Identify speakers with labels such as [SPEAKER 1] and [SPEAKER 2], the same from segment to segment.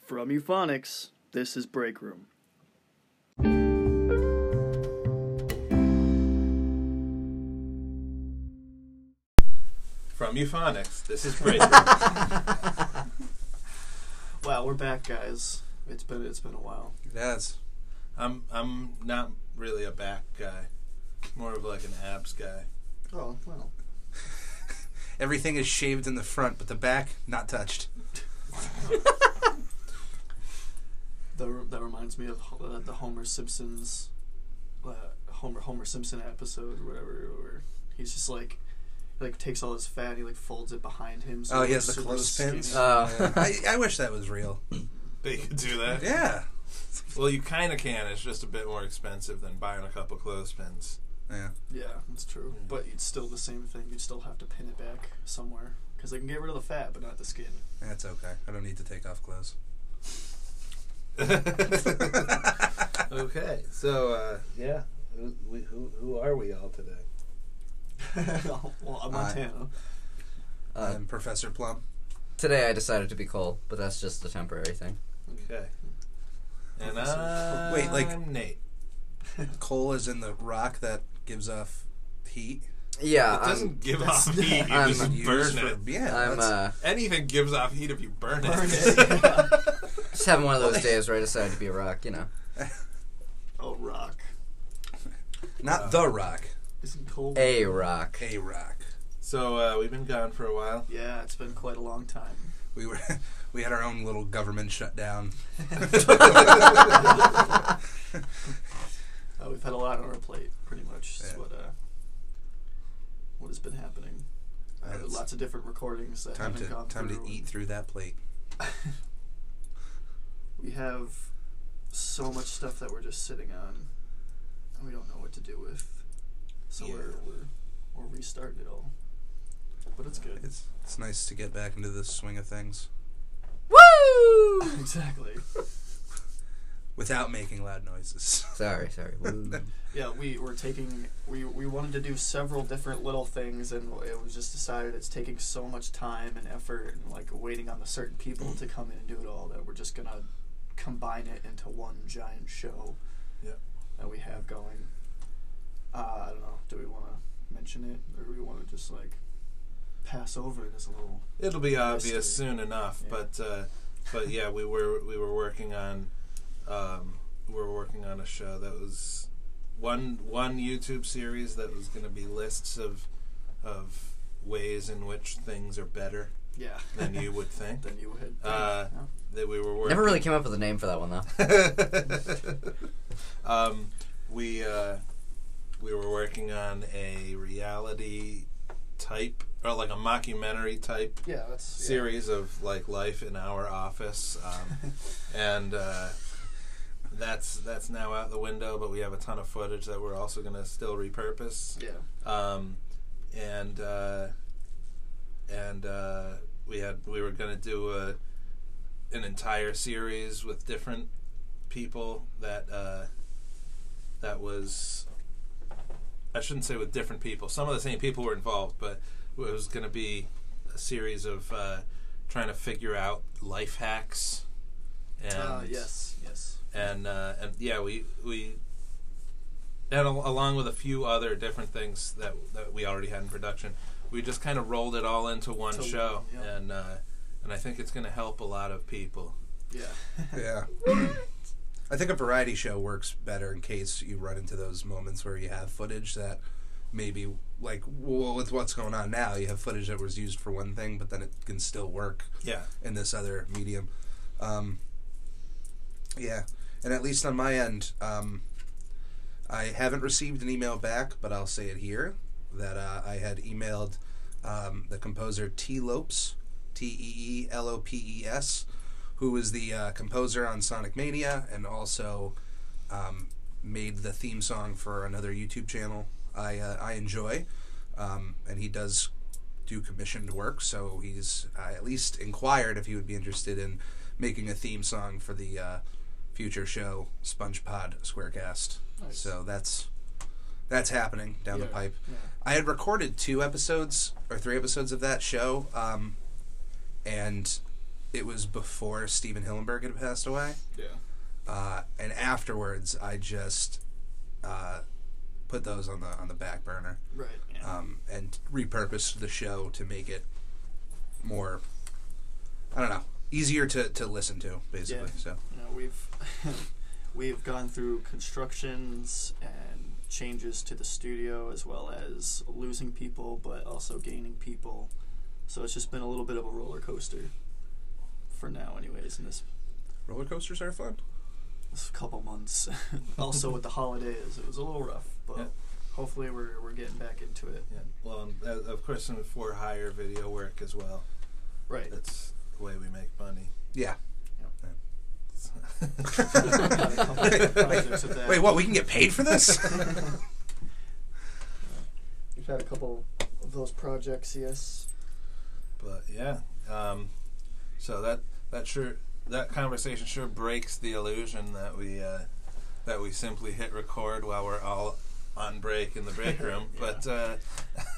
[SPEAKER 1] From Euphonics, this is Break Room.
[SPEAKER 2] From Euphonics, this is Break.
[SPEAKER 1] Wow, we're back, guys. It's been it's been a while.
[SPEAKER 2] That's. I'm I'm not really a back guy. More of like an abs guy.
[SPEAKER 1] Oh well,
[SPEAKER 3] Everything is shaved in the front, but the back not touched.
[SPEAKER 1] that re- that reminds me of Ho- uh, the Homer Simpson's uh, Homer Homer Simpson episode, or whatever. Where he's just like he, like takes all his fat, and he like folds it behind him.
[SPEAKER 3] Oh, he has
[SPEAKER 1] it's
[SPEAKER 3] the
[SPEAKER 1] super
[SPEAKER 3] clothespins.
[SPEAKER 1] skinny. Uh,
[SPEAKER 3] Yeah. I, I wish that was real.
[SPEAKER 2] They could do that.
[SPEAKER 3] Yeah.
[SPEAKER 2] Well, you kind of can. It's just a bit more expensive than buying a couple clothespins.
[SPEAKER 3] Yeah.
[SPEAKER 1] yeah, that's true.
[SPEAKER 2] Yeah.
[SPEAKER 1] But it's still the same thing. You'd still have to pin it back somewhere because they can get rid of the fat, but not the skin.
[SPEAKER 3] That's okay. I don't need to take off clothes.
[SPEAKER 2] okay, so uh, yeah, who, we, who who are we all today?
[SPEAKER 1] well, I'm Montana.
[SPEAKER 4] Uh,
[SPEAKER 3] I'm Professor Plum.
[SPEAKER 4] Today I decided to be cold, but that's just a temporary thing.
[SPEAKER 2] Okay. And
[SPEAKER 1] Professor-
[SPEAKER 2] I'm
[SPEAKER 3] Wait, like-
[SPEAKER 2] Nate.
[SPEAKER 3] Coal is in the rock that gives off heat.
[SPEAKER 4] Yeah,
[SPEAKER 2] It doesn't
[SPEAKER 4] I'm,
[SPEAKER 2] give off heat. You
[SPEAKER 4] I'm
[SPEAKER 2] just
[SPEAKER 3] Used
[SPEAKER 2] burn it.
[SPEAKER 3] for- yeah.
[SPEAKER 4] I'm
[SPEAKER 3] that's-
[SPEAKER 4] uh,
[SPEAKER 2] Anything gives off heat if you burn,
[SPEAKER 1] Burn
[SPEAKER 2] it.
[SPEAKER 1] it.
[SPEAKER 4] just having one of those days where I decided to be a rock. You know,
[SPEAKER 1] oh, rock.
[SPEAKER 3] not the rock.
[SPEAKER 1] Isn't cold?
[SPEAKER 4] a rock.
[SPEAKER 3] A rock.
[SPEAKER 2] so uh, we've been gone for a while.
[SPEAKER 1] Yeah, it's been quite a long time.
[SPEAKER 3] We were. We had our own little government shutdown.
[SPEAKER 1] Uh, we've had a lot on our plate, pretty much. Is
[SPEAKER 3] Yeah.
[SPEAKER 1] what uh, what has been happening? Uh,
[SPEAKER 3] Yeah, it's
[SPEAKER 1] lots of different recordings that
[SPEAKER 3] Time
[SPEAKER 1] haven't
[SPEAKER 3] to
[SPEAKER 1] gone
[SPEAKER 3] time
[SPEAKER 1] through.
[SPEAKER 3] to eat through that plate.
[SPEAKER 1] We have so much stuff that we're just sitting on, and we don't know what to do with. So
[SPEAKER 3] Yeah.
[SPEAKER 1] we're, we're we're restarting it all, but it's good.
[SPEAKER 3] It's it's nice to get back into the swing of things
[SPEAKER 4] Woo!
[SPEAKER 1] exactly.
[SPEAKER 3] without making loud noises.
[SPEAKER 4] Sorry, sorry. Woo.
[SPEAKER 1] Yeah, we were taking we we wanted to do several different little things, and it was just decided it's taking so much time and effort, and like waiting on the certain people to come in and do it all that we're just gonna combine it into one giant show.
[SPEAKER 2] Yep.
[SPEAKER 1] That we have going. Uh, I don't know. Do we want to mention it, or do we want to just like pass over it as a little?
[SPEAKER 2] It'll be obvious
[SPEAKER 1] Mystery.
[SPEAKER 2] soon enough,
[SPEAKER 1] Yeah.
[SPEAKER 2] but uh, but yeah, we were we were working on um, we were working on a show that was one one YouTube series that was going to be lists of of ways in which things are better
[SPEAKER 1] Yeah.
[SPEAKER 2] than you would think.
[SPEAKER 1] Then you had.
[SPEAKER 2] Uh,
[SPEAKER 1] yeah.
[SPEAKER 2] That we were working.
[SPEAKER 4] Never really came up with a name for that one though.
[SPEAKER 2] um, we uh, we were working on a reality type or like a mockumentary type
[SPEAKER 1] Yeah, that's yeah.
[SPEAKER 2] series of like life in our office, um, and uh, that's that's now out the window. But we have a ton of footage that we're also going to still repurpose,
[SPEAKER 1] Yeah.
[SPEAKER 2] um, and uh, and uh, we had we were going to do a an entire series with different people that uh, that was. I shouldn't say with different people. Some of the same people were involved, but it was going to be a series of uh, trying to figure out life hacks. And
[SPEAKER 1] Uh, yes. Yes.
[SPEAKER 2] and uh, and yeah, we we and al- along with a few other different things that that we already had in production, we just kind of rolled it all into one
[SPEAKER 1] To
[SPEAKER 2] show,
[SPEAKER 1] one, yeah.
[SPEAKER 2] and uh, and I think it's going to help a lot of people.
[SPEAKER 1] Yeah.
[SPEAKER 3] Yeah. I think a variety show works better in case you run into those moments where you have footage that maybe like well, with what's going on now, you have footage that was used for one thing, but then it can still work
[SPEAKER 2] Yeah,
[SPEAKER 3] in this other medium. Um, yeah, and at least on my end, um, I haven't received an email back, but I'll say it here that uh, I had emailed um, the composer T. Lopes, T E E L O P E S, who is the uh, composer on Sonic Mania and also um, made the theme song for another YouTube channel I uh, I enjoy, um, and he does do commissioned work, so he's uh, at least inquired if he would be interested in making a theme song for the uh, future show SpongePod Squarecast.
[SPEAKER 1] Nice.
[SPEAKER 3] So that's that's happening down the
[SPEAKER 1] Yeah.
[SPEAKER 3] pipe.
[SPEAKER 1] Yeah.
[SPEAKER 3] I had recorded two episodes or three episodes of that show, um, and it was before Steven Hillenberg had passed away.
[SPEAKER 1] Yeah.
[SPEAKER 3] uh, and afterwards I just uh, put those on the on the back burner
[SPEAKER 1] Right. Uh, Yeah.
[SPEAKER 3] um, and repurposed the show to make it more I don't know easier to, to listen to basically
[SPEAKER 1] Yeah.
[SPEAKER 3] so
[SPEAKER 1] you know, we've we've gone through constructions and changes to the studio as well as losing people but also gaining people. So it's just been a little bit of a roller coaster for now anyways in this
[SPEAKER 3] roller coasters are fun
[SPEAKER 1] this couple months. also with the holidays, it was a little rough, but
[SPEAKER 2] Yeah.
[SPEAKER 1] hopefully we're we're getting back into it.
[SPEAKER 2] Yeah. Well, and, uh, of course, in for hire video work as well.
[SPEAKER 1] Right.
[SPEAKER 2] That's the way we make money.
[SPEAKER 3] yeah
[SPEAKER 1] projects of that.
[SPEAKER 3] wait what we can get paid for this
[SPEAKER 1] We've had a couple of those projects, yes.
[SPEAKER 2] But yeah, um, so that that sure that conversation sure breaks the illusion that we uh, that we simply hit record while we're all on break in the break room.
[SPEAKER 1] Yeah.
[SPEAKER 2] But uh,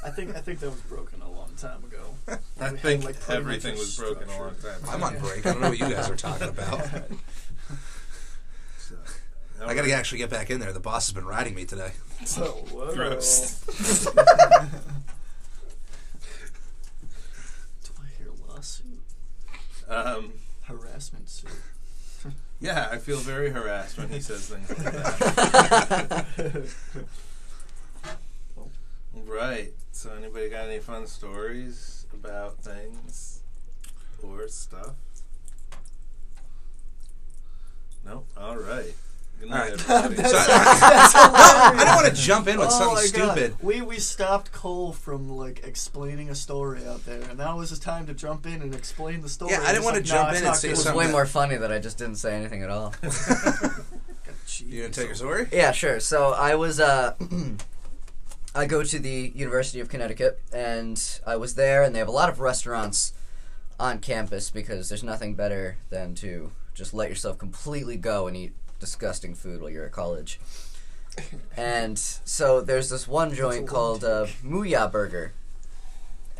[SPEAKER 1] I think I think that was broken a long time ago.
[SPEAKER 2] I
[SPEAKER 1] We had,
[SPEAKER 2] think
[SPEAKER 1] like, pretty much
[SPEAKER 2] everything
[SPEAKER 1] a
[SPEAKER 2] was broken a long
[SPEAKER 1] structure.
[SPEAKER 2] time.
[SPEAKER 3] I'm on
[SPEAKER 2] ago.
[SPEAKER 3] break I don't know what you guys are talking about
[SPEAKER 2] So,
[SPEAKER 3] I gotta actually get back in there the boss has been riding me today
[SPEAKER 1] So whoa.
[SPEAKER 2] Gross.
[SPEAKER 1] Do I hear lawsuit?
[SPEAKER 2] Um,
[SPEAKER 1] Harassment suit.
[SPEAKER 2] yeah, I feel very harassed when he says things like that. Right. So, anybody got any fun stories about things or stuff? No. All right. Good night,
[SPEAKER 3] All
[SPEAKER 2] everybody.
[SPEAKER 3] so I, I don't want to jump
[SPEAKER 1] Oh
[SPEAKER 3] in with something stupid
[SPEAKER 1] We we stopped Cole from like explaining a story out there, and now is the time to jump in and explain the story.
[SPEAKER 3] Yeah, I didn't
[SPEAKER 1] It's
[SPEAKER 3] wanna
[SPEAKER 1] like,
[SPEAKER 3] jump
[SPEAKER 1] nah, it's
[SPEAKER 3] in and
[SPEAKER 1] not
[SPEAKER 3] say
[SPEAKER 1] good.
[SPEAKER 4] It was
[SPEAKER 3] something
[SPEAKER 4] way
[SPEAKER 3] that-
[SPEAKER 4] more funny that I just didn't say anything at all.
[SPEAKER 3] you gonna take your story
[SPEAKER 4] Yeah, sure. So I was uh I go to the University of Connecticut and I was there and they have a lot of restaurants on campus because there's nothing better than to just let yourself completely go and eat disgusting food while you're at college. And so there's this one joint
[SPEAKER 1] one
[SPEAKER 4] called uh, Muya Burger.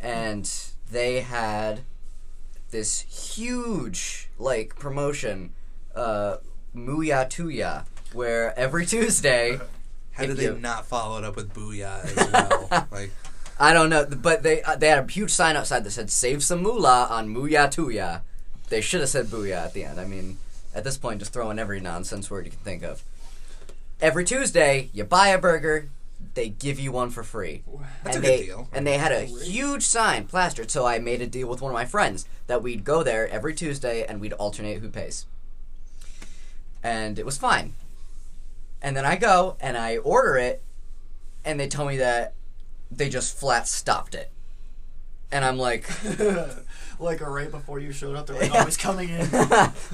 [SPEAKER 4] And they had this huge like promotion uh Muya Tuya where every Tuesday
[SPEAKER 3] How did
[SPEAKER 4] If
[SPEAKER 3] they
[SPEAKER 4] you-
[SPEAKER 3] not follow it up with Booyah as well? like,
[SPEAKER 4] I don't know, but they uh, they had a huge sign outside that said "Save some moolah on Muya Tuya." They should have said "Booyah" at the end. I mean, at this point, just throwing every nonsense word you can think of. Every Tuesday, you buy a burger, they give you one for free.
[SPEAKER 3] That's
[SPEAKER 4] and
[SPEAKER 3] a good
[SPEAKER 4] they,
[SPEAKER 3] deal.
[SPEAKER 4] And they had a
[SPEAKER 1] Great.
[SPEAKER 4] huge sign plastered, so I made a deal with one of my friends that we'd go there every Tuesday and we'd alternate who pays. And it was fine. And then I go and I order it, and they tell me that they just flat stopped it. And I'm like,
[SPEAKER 1] like right before you showed up, they're like, "Oh, he's coming in."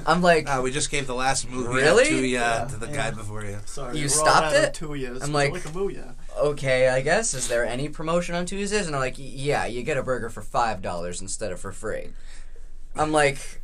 [SPEAKER 4] I'm like,
[SPEAKER 3] uh, we just gave the last movie
[SPEAKER 4] Really?
[SPEAKER 3] to you
[SPEAKER 1] Yeah,
[SPEAKER 3] to the
[SPEAKER 1] yeah.
[SPEAKER 3] guy before you.
[SPEAKER 1] Sorry,
[SPEAKER 4] You
[SPEAKER 1] we're all out
[SPEAKER 4] stopped
[SPEAKER 1] of
[SPEAKER 4] it?
[SPEAKER 1] Tuyas.
[SPEAKER 4] I'm like-
[SPEAKER 1] like a booyah.
[SPEAKER 4] okay, I guess. Is there any promotion on Tuesdays? And they're like, yeah, you get a burger for five dollars instead of for free. I'm like,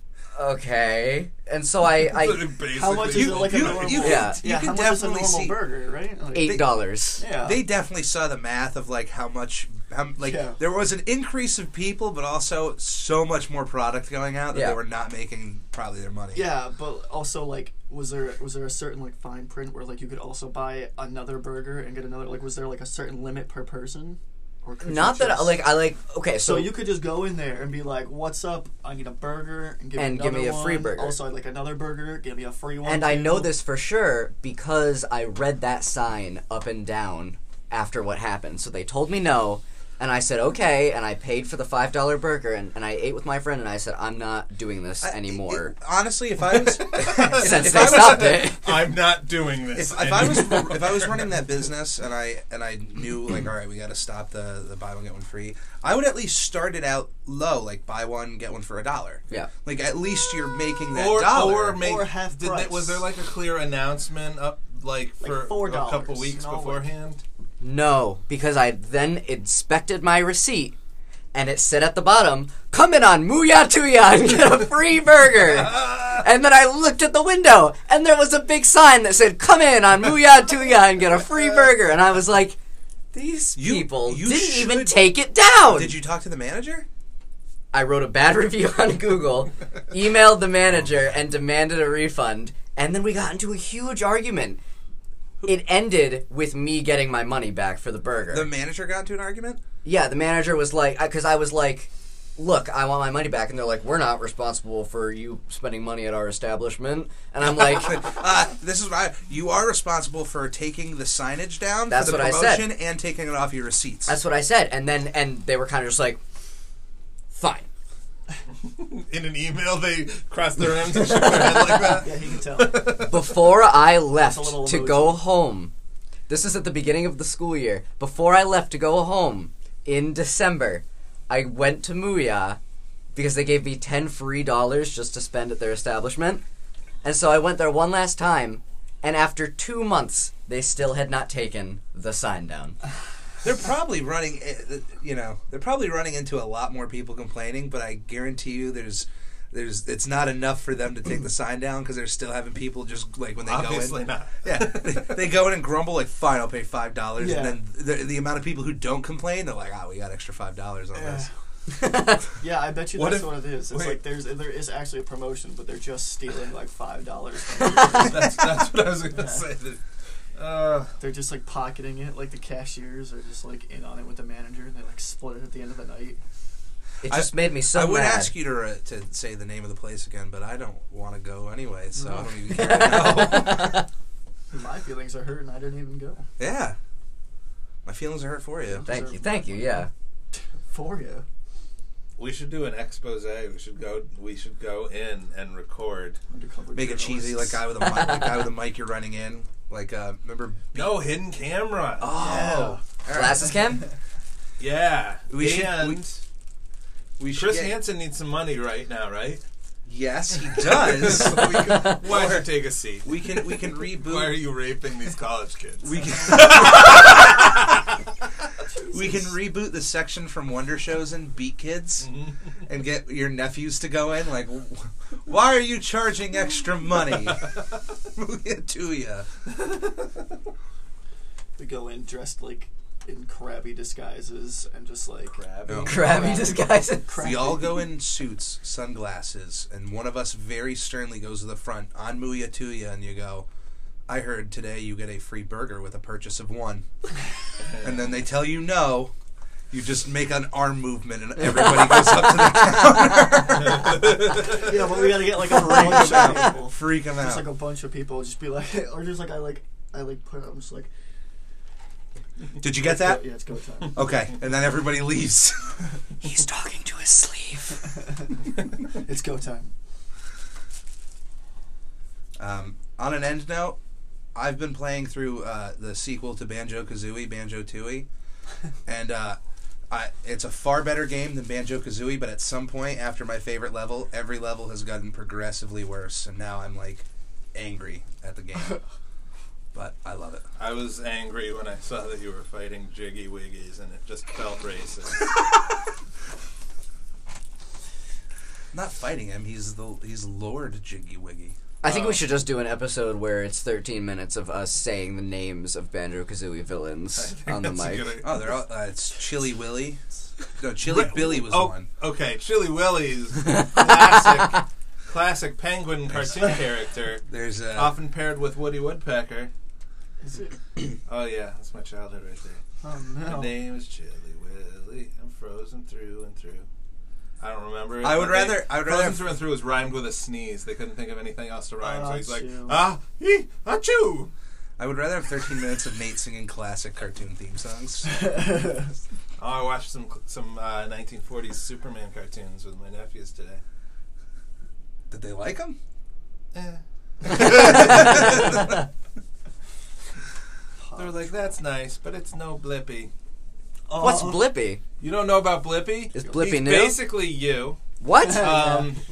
[SPEAKER 4] okay. And so I, I
[SPEAKER 2] Basically,
[SPEAKER 1] How much is
[SPEAKER 3] You-
[SPEAKER 1] it like
[SPEAKER 3] you-
[SPEAKER 1] a normal?
[SPEAKER 3] you
[SPEAKER 4] can- Yeah.
[SPEAKER 3] you
[SPEAKER 1] yeah
[SPEAKER 3] can
[SPEAKER 1] how much is a
[SPEAKER 3] definitely
[SPEAKER 1] normal
[SPEAKER 3] see-
[SPEAKER 1] burger, right? Like,
[SPEAKER 4] eight dollars.
[SPEAKER 1] Yeah.
[SPEAKER 3] They definitely saw the math of like how much, how, like
[SPEAKER 1] Yeah.
[SPEAKER 3] there was an increase of people, but also so much more product going out that
[SPEAKER 4] Yeah.
[SPEAKER 3] they were not making probably their money.
[SPEAKER 1] Yeah, but also like, was there was there a certain like fine print where like you could also buy another burger and get another? Like, was there like a certain limit per person? Or could you
[SPEAKER 4] Not that I,
[SPEAKER 1] just-
[SPEAKER 4] like I like okay, so,
[SPEAKER 1] So you could just go in there and be like, "What's up? I need a burger and give
[SPEAKER 4] And
[SPEAKER 1] me
[SPEAKER 4] give me
[SPEAKER 1] another
[SPEAKER 4] a free
[SPEAKER 1] one.
[SPEAKER 4] burger."
[SPEAKER 1] Also, I'd like another burger. Give me a free one.
[SPEAKER 4] and I know
[SPEAKER 1] too."
[SPEAKER 4] this for sure because I read that sign up and down after what happened. So they told me no, and I said okay, and I paid for the five dollar burger, and, and I ate with my friend, and I said I'm not doing this anymore.
[SPEAKER 3] It- honestly, if I was,
[SPEAKER 4] since
[SPEAKER 3] if
[SPEAKER 4] they
[SPEAKER 3] I was
[SPEAKER 4] stopped it,
[SPEAKER 2] I'm not doing
[SPEAKER 3] if,
[SPEAKER 2] this.
[SPEAKER 3] if I was
[SPEAKER 2] anymore.
[SPEAKER 3] if I was running that business and I and I knew like all right we got to stop the the buy one get one free I would at least start it out low like buy one get one for a dollar
[SPEAKER 4] Yeah.
[SPEAKER 3] like at least you're making that
[SPEAKER 2] or
[SPEAKER 3] dollar
[SPEAKER 2] or make
[SPEAKER 1] Or half
[SPEAKER 2] did
[SPEAKER 1] price.
[SPEAKER 2] They, was there like a clear announcement up like
[SPEAKER 1] Like
[SPEAKER 2] for a
[SPEAKER 1] $4
[SPEAKER 2] couple weeks
[SPEAKER 1] and all
[SPEAKER 2] beforehand?
[SPEAKER 4] No, because I then inspected my receipt and it said at the bottom, come in on Muya Tuya and get a free burger. and then I looked at the window and there was a big sign that said, come in on Muya Tuya and get a free burger. And I was like, these
[SPEAKER 3] You-
[SPEAKER 4] people
[SPEAKER 3] you
[SPEAKER 4] didn't even
[SPEAKER 3] should-
[SPEAKER 4] take it down.
[SPEAKER 3] Did you talk to the manager?
[SPEAKER 4] I wrote a bad review on Google, emailed the manager, and demanded a refund. And then we got into a huge argument. It ended with me getting my money back for the burger.
[SPEAKER 3] The manager got into an argument.
[SPEAKER 4] Yeah, the manager was like, because I was like, look, I want my money back. And they're like, we're not responsible for you spending money at our establishment. And I'm like,
[SPEAKER 3] Uh, this is why you are responsible for taking the signage down
[SPEAKER 4] That's
[SPEAKER 3] for the
[SPEAKER 4] what I said.
[SPEAKER 3] promotion and taking it off your receipts.
[SPEAKER 4] that's what I said. And then, and they were kind of just like, fine.
[SPEAKER 2] In an email, they crossed their arms and shook their head like that.
[SPEAKER 1] Yeah, he can tell.
[SPEAKER 4] Before I
[SPEAKER 1] little
[SPEAKER 4] left to
[SPEAKER 1] emoji.
[SPEAKER 4] go home, this is at the beginning of the school year. Before I left to go home in December, I went to Muya because they gave me ten free dollars just to spend at their establishment, and so I went there one last time. And after two months, they still had not taken the sign down.
[SPEAKER 3] They're probably running, uh, you know, they're probably running into a lot more people complaining. But I guarantee you, there's, there's, it's not enough for them to take the sign down because they're still having people just like when they
[SPEAKER 2] Obviously
[SPEAKER 3] go in.
[SPEAKER 2] not.
[SPEAKER 3] Yeah, they, they go in and grumble like, "Fine, I'll pay five dollars."
[SPEAKER 1] Yeah.
[SPEAKER 3] And then the, the amount of people who don't complain, they're like, "Ah, we got extra five dollars on this."
[SPEAKER 1] yeah, I bet you
[SPEAKER 2] What
[SPEAKER 1] that's
[SPEAKER 2] if-
[SPEAKER 1] what it is. It's
[SPEAKER 2] wait.
[SPEAKER 1] like there's there is actually a promotion, but they're just stealing like five dollars.
[SPEAKER 2] that's, that's what I was gonna say. Uh,
[SPEAKER 1] they're just like pocketing it. Like the cashiers are just like in on it with the manager, and they like split it at the end of the night.
[SPEAKER 4] It
[SPEAKER 3] I-
[SPEAKER 4] just made me so
[SPEAKER 3] I would
[SPEAKER 4] mad.
[SPEAKER 3] ask you to uh, to say the name of the place again, but I don't want to go anyway, so I don't even care to know.
[SPEAKER 1] My feelings are hurt, and I didn't even go
[SPEAKER 3] Yeah. My feelings are hurt for you.
[SPEAKER 4] Thank you, thank you. Yeah,
[SPEAKER 1] for you.
[SPEAKER 2] we should do an expose. We should go. We should go in and record.
[SPEAKER 1] Undercover
[SPEAKER 3] Make it cheesy, like
[SPEAKER 1] journalists.
[SPEAKER 3] guy with a mic, like guy with a mic you're running in. Like, uh, remember?
[SPEAKER 2] No hidden camera.
[SPEAKER 3] Oh, all right.
[SPEAKER 4] glasses cam.
[SPEAKER 2] Yeah.
[SPEAKER 3] We should-
[SPEAKER 2] and
[SPEAKER 3] We
[SPEAKER 2] Chris
[SPEAKER 3] get-
[SPEAKER 2] Hansen needs some money right now, right?
[SPEAKER 3] Yes, he does.
[SPEAKER 2] we can, why don't you take a seat?
[SPEAKER 3] we can we can
[SPEAKER 2] Why are
[SPEAKER 3] reboot.
[SPEAKER 2] you raping these college kids?
[SPEAKER 3] We can. we can reboot the section from Wonder Shows and Beat Kids
[SPEAKER 2] Mm-hmm.
[SPEAKER 3] and get your nephews to go in. Like, "Wh- why are you charging extra money? we'll get to you.
[SPEAKER 1] we go in dressed like in crabby disguises and just like
[SPEAKER 2] Crabby.
[SPEAKER 3] No.
[SPEAKER 4] Crabby disguises.
[SPEAKER 1] crabby.
[SPEAKER 3] We all go in suits, sunglasses, and one of us very sternly goes to the front on Muya Tuya, and you go, I heard today you get a free burger with a purchase of one. and then they tell you no. You just make an arm movement, and everybody goes up to the counter.
[SPEAKER 1] Yeah, but we gotta get like a bunch of people.
[SPEAKER 3] Freak them
[SPEAKER 1] Just like
[SPEAKER 3] out.
[SPEAKER 1] a bunch of people, just be like, or just like I like, I like put. I'm just like,
[SPEAKER 3] Did you get that?
[SPEAKER 1] yeah, it's go time.
[SPEAKER 3] Okay. And then everybody leaves.
[SPEAKER 4] He's talking to his sleeve.
[SPEAKER 1] it's go time.
[SPEAKER 3] Um, on an end note, I've been playing through uh, the sequel to Banjo Kazooie, Banjo Tooie, and uh, I, it's a far better game than Banjo Kazooie. But at some point, after my favorite level, every level has gotten progressively worse, and now I'm like angry at the game. but I love it.
[SPEAKER 2] I was angry when I saw that you were fighting Jiggy Wiggies, and it just felt racist.
[SPEAKER 3] I'm not fighting him. He's the he's Lord Jiggy Wiggy.
[SPEAKER 4] I think
[SPEAKER 2] Oh.
[SPEAKER 4] we should just do an episode where it's 13 minutes of us saying the names of Banjo Kazooie villains on the
[SPEAKER 2] That's a
[SPEAKER 4] mic.
[SPEAKER 2] good-
[SPEAKER 3] Oh, they're all, uh, it's Chilly Willy. No, Chilly Billy was
[SPEAKER 2] oh,
[SPEAKER 3] one.
[SPEAKER 2] Okay, Chili Willy's classic, classic penguin cartoon character,
[SPEAKER 3] There's uh,
[SPEAKER 2] often paired with Woody Woodpecker.
[SPEAKER 1] Is it?
[SPEAKER 2] Oh yeah, that's my childhood right there.
[SPEAKER 1] Oh
[SPEAKER 2] My
[SPEAKER 1] no.
[SPEAKER 2] name is Chili Willy. I'm frozen through and through. I don't remember. It,
[SPEAKER 3] I would
[SPEAKER 2] but they-
[SPEAKER 3] rather- I would
[SPEAKER 2] frozen
[SPEAKER 3] rather-
[SPEAKER 2] through and through was rhymed with a sneeze. They couldn't think of anything else to rhyme, so he's like
[SPEAKER 1] Achoo.
[SPEAKER 2] ah ee, achoo.
[SPEAKER 3] I would rather have 13 minutes of Nate singing classic cartoon theme songs.
[SPEAKER 2] Oh, I watched some some uh, 1940s Superman cartoons with my nephews today.
[SPEAKER 3] Did they like him?
[SPEAKER 2] Eh. They're like, that's nice, but it's no Blippy.
[SPEAKER 4] What's Blippy?
[SPEAKER 2] You don't know about Blippy?
[SPEAKER 4] Is Blippy
[SPEAKER 2] He's
[SPEAKER 4] new?
[SPEAKER 2] Basically, you.
[SPEAKER 4] What?
[SPEAKER 2] Um,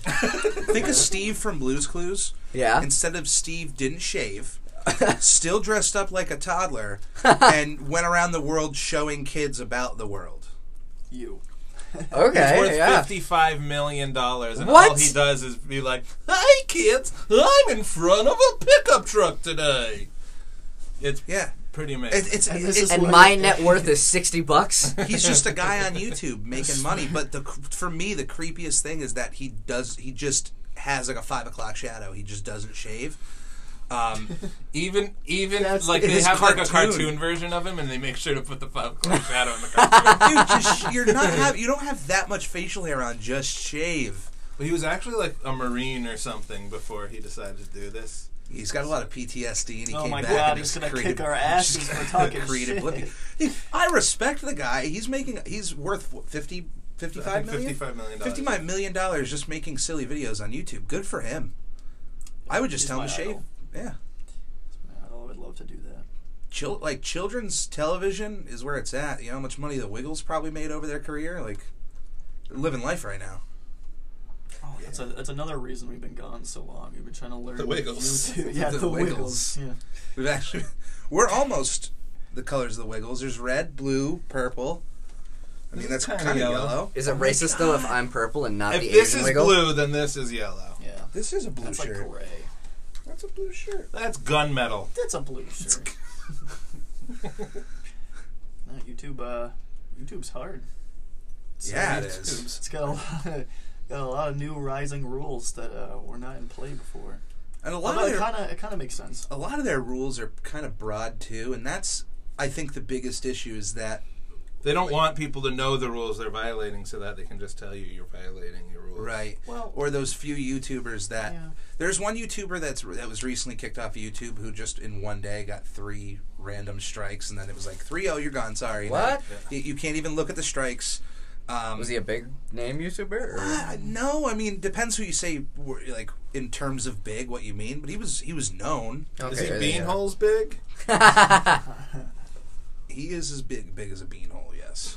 [SPEAKER 3] Think of Steve from Blues Clues.
[SPEAKER 1] Uh.
[SPEAKER 4] yeah.
[SPEAKER 3] Instead of Steve didn't shave, still dressed up like a toddler, and went around the world showing kids about the world.
[SPEAKER 1] You.
[SPEAKER 2] It's worth
[SPEAKER 4] Okay, yeah.
[SPEAKER 2] fifty-five million dollars, and all
[SPEAKER 4] What?
[SPEAKER 2] he does is be like, "Hey kids, I'm in front of a pickup truck today." It's
[SPEAKER 3] Yeah.
[SPEAKER 2] pretty amazing.
[SPEAKER 3] It, it's
[SPEAKER 1] And
[SPEAKER 3] it-
[SPEAKER 1] this
[SPEAKER 3] it-
[SPEAKER 1] is
[SPEAKER 4] and
[SPEAKER 1] what-
[SPEAKER 4] my net worth is sixty bucks.
[SPEAKER 3] he's just a guy on YouTube making money. But the for me, the creepiest thing is that he does. He just has like a five o'clock shadow. He just doesn't shave. Um,
[SPEAKER 2] even even
[SPEAKER 1] That's-
[SPEAKER 2] like they
[SPEAKER 3] his
[SPEAKER 2] have like a
[SPEAKER 3] cartoon.
[SPEAKER 2] cartoon version of him, and they make sure to put the five o'clock shadow in the cartoon.
[SPEAKER 3] dude, just, you're not have you don't have that much facial hair on. Just shave.
[SPEAKER 2] Well, he was actually like a marine or something before he decided to do this.
[SPEAKER 3] He's got a lot of PTSD, and he
[SPEAKER 1] Oh
[SPEAKER 3] came
[SPEAKER 1] my
[SPEAKER 3] back
[SPEAKER 1] God,
[SPEAKER 3] and
[SPEAKER 1] he's
[SPEAKER 3] just
[SPEAKER 1] gonna
[SPEAKER 3] created,
[SPEAKER 1] kick our asses
[SPEAKER 3] just
[SPEAKER 1] for talking
[SPEAKER 3] created
[SPEAKER 1] shit.
[SPEAKER 3] Blippi. Dude, I respect the guy. He's making. He's worth what, 50, 55
[SPEAKER 2] I think
[SPEAKER 3] million?
[SPEAKER 2] Fifty-five million dollars.
[SPEAKER 3] 55 million dollars just making silly videos on YouTube. Good for him. I would just
[SPEAKER 1] He's
[SPEAKER 3] tell him to
[SPEAKER 1] my
[SPEAKER 3] shave.
[SPEAKER 1] idol.
[SPEAKER 3] Yeah.
[SPEAKER 1] Oh, I would love to do that.
[SPEAKER 3] Chil- like children's television is where it's at. You know how much money the Wiggles probably made over their career? Like they're living life right now.
[SPEAKER 1] Oh, that's, a, that's another reason we've been gone so long. We've been trying to learn
[SPEAKER 2] The Wiggles.
[SPEAKER 1] new- yeah,
[SPEAKER 3] The
[SPEAKER 1] the,
[SPEAKER 3] Wiggles.
[SPEAKER 1] Wiggles. Yeah.
[SPEAKER 3] We've actually we're almost the colors of the Wiggles. There's red, blue, purple. I mean that's
[SPEAKER 2] Kinda
[SPEAKER 3] kind of yellow.
[SPEAKER 2] yellow.
[SPEAKER 4] Is it racist though if I'm purple and not
[SPEAKER 2] Oh If
[SPEAKER 4] the
[SPEAKER 2] this
[SPEAKER 4] Asian
[SPEAKER 2] is
[SPEAKER 4] wiggle?
[SPEAKER 2] blue, then this is yellow.
[SPEAKER 1] Yeah.
[SPEAKER 3] This is a blue
[SPEAKER 1] That's like
[SPEAKER 3] shirt.
[SPEAKER 1] gray.
[SPEAKER 3] that's a blue shirt.
[SPEAKER 2] That's gunmetal.
[SPEAKER 1] That's a blue shirt. no, YouTube, uh, YouTube's hard. So
[SPEAKER 3] Yeah, it
[SPEAKER 1] it's-
[SPEAKER 3] is.
[SPEAKER 1] It's got a lot of, got a lot of new rising rules that uh, were not in play before.
[SPEAKER 3] And a lot
[SPEAKER 1] Although
[SPEAKER 3] of
[SPEAKER 1] it
[SPEAKER 3] their,
[SPEAKER 1] kind of it kind of makes sense.
[SPEAKER 3] a lot of their rules are kind of broad too, and that's I think the biggest issue is that
[SPEAKER 2] They don't want people to know the rules they're violating, so that they can just tell you you're violating your rules.
[SPEAKER 3] right
[SPEAKER 1] Well,
[SPEAKER 3] or those few YouTubers that
[SPEAKER 1] Yeah.
[SPEAKER 3] there's one YouTuber that's that was recently kicked off of YouTube who just in one day got three random strikes and then it was like three oh you're gone sorry And
[SPEAKER 4] What?
[SPEAKER 3] then you, you can't even look at the strikes. Um,
[SPEAKER 4] Was he a big name YouTuber? Or?
[SPEAKER 3] uh, no, I mean depends who you say were- like in terms of big what you mean, but he was he was known.
[SPEAKER 4] Okay,
[SPEAKER 2] Is
[SPEAKER 4] yeah,
[SPEAKER 2] he bean
[SPEAKER 4] yeah.
[SPEAKER 2] holes big?
[SPEAKER 3] He is as big big as a beanhole, yes.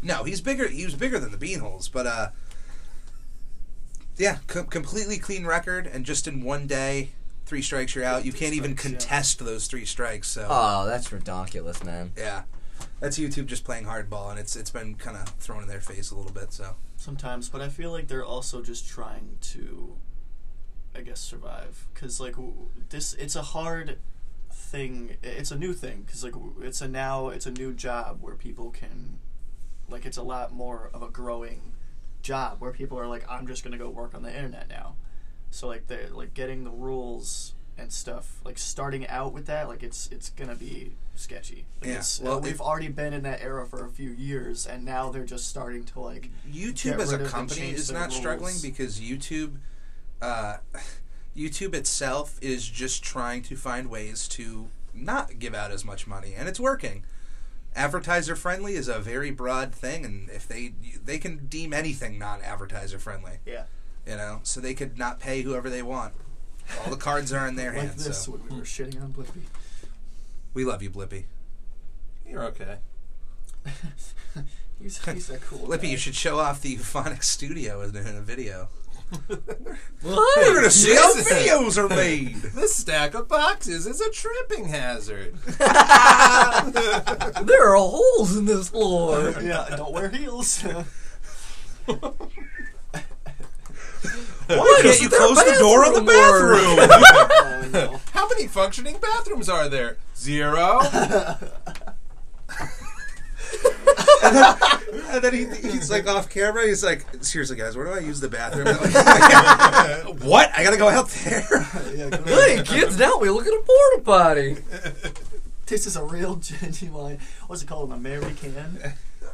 [SPEAKER 3] no, he's bigger. He was bigger than the beanholes, but uh, yeah, com- completely clean record, and just in one day, three strikes you're out. You can't even
[SPEAKER 1] strikes, yeah.
[SPEAKER 3] contest those three strikes. So
[SPEAKER 4] Oh, that's ridiculous, man.
[SPEAKER 3] yeah, that's YouTube just playing hardball, and it's it's been kind of thrown in their face a little bit. So
[SPEAKER 1] sometimes, but I feel like they're also just trying to, I guess, survive. Because like w- this, it's a hard thing. i- It's a new thing. Because like w- it's a now, it's a new job where people can, like, it's a lot more of a growing job where people are like, I'm just gonna go work on the internet now. So like they're like getting the rules and stuff like starting out with that like it's it's gonna be sketchy like
[SPEAKER 3] Yeah,
[SPEAKER 1] it's,
[SPEAKER 3] well,
[SPEAKER 1] uh, we've
[SPEAKER 3] if-
[SPEAKER 1] already been in that era for a few years and now they're just starting to like
[SPEAKER 3] YouTube
[SPEAKER 1] Get
[SPEAKER 3] as a
[SPEAKER 1] rid of and
[SPEAKER 3] company
[SPEAKER 1] change
[SPEAKER 3] is
[SPEAKER 1] their
[SPEAKER 3] not struggling
[SPEAKER 1] rules.
[SPEAKER 3] because YouTube, uh, YouTube itself is just trying to find ways to not give out as much money, and it's working. Advertiser friendly is a very broad thing, and if they they can deem anything not advertiser friendly,
[SPEAKER 1] yeah
[SPEAKER 3] you know, so they could not pay whoever they want. All the cards are in their
[SPEAKER 1] like
[SPEAKER 3] hands.
[SPEAKER 1] this
[SPEAKER 3] So.
[SPEAKER 1] when we were shitting on Blippi.
[SPEAKER 3] We love you, Blippy.
[SPEAKER 2] You're okay.
[SPEAKER 1] he's, he's a cool.
[SPEAKER 3] Blippy,
[SPEAKER 1] guy.
[SPEAKER 3] you should show off the Euphonic Studio in a in a video.
[SPEAKER 4] What?
[SPEAKER 3] You're gonna see how
[SPEAKER 2] Yes.
[SPEAKER 3] videos are made.
[SPEAKER 2] This stack of boxes is a tripping hazard.
[SPEAKER 4] There are holes in this floor.
[SPEAKER 1] yeah, don't wear heels.
[SPEAKER 3] Why can't you
[SPEAKER 4] Their
[SPEAKER 3] close the door of the
[SPEAKER 4] bathroom
[SPEAKER 3] bathroom?
[SPEAKER 1] Oh, no.
[SPEAKER 2] How many functioning bathrooms are there? Zero.
[SPEAKER 3] And then he, he's like off camera. He's like, seriously, guys, where do I use the bathroom? what? I gotta go out there.
[SPEAKER 1] Yeah, go ahead.
[SPEAKER 4] hey, kids, now we look at a porta potty.
[SPEAKER 1] this is a real genuine. What's it called? An American.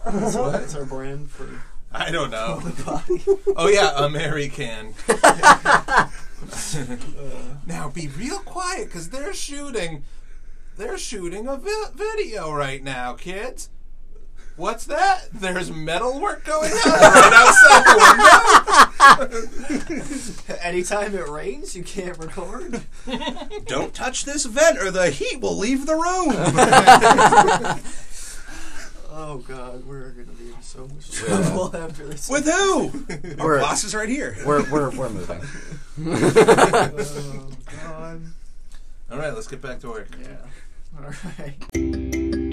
[SPEAKER 1] That's what? It's our brand for
[SPEAKER 2] I don't know.
[SPEAKER 1] the body.
[SPEAKER 2] Oh yeah, American. now be real quiet, cause they're shooting. They're shooting a vi- video right now, kids. What's that? There's metal work going on right outside the window.
[SPEAKER 1] Anytime it rains, you can't record.
[SPEAKER 3] Don't touch this vent, or the heat will leave the room.
[SPEAKER 1] Oh God, we're gonna be in so much trouble after this.
[SPEAKER 3] With who? Our
[SPEAKER 4] We're-
[SPEAKER 3] boss is right here.
[SPEAKER 4] We're, we're, we're moving.
[SPEAKER 1] oh God. Oh,
[SPEAKER 2] All right, let's get back to work.
[SPEAKER 1] Yeah. All right.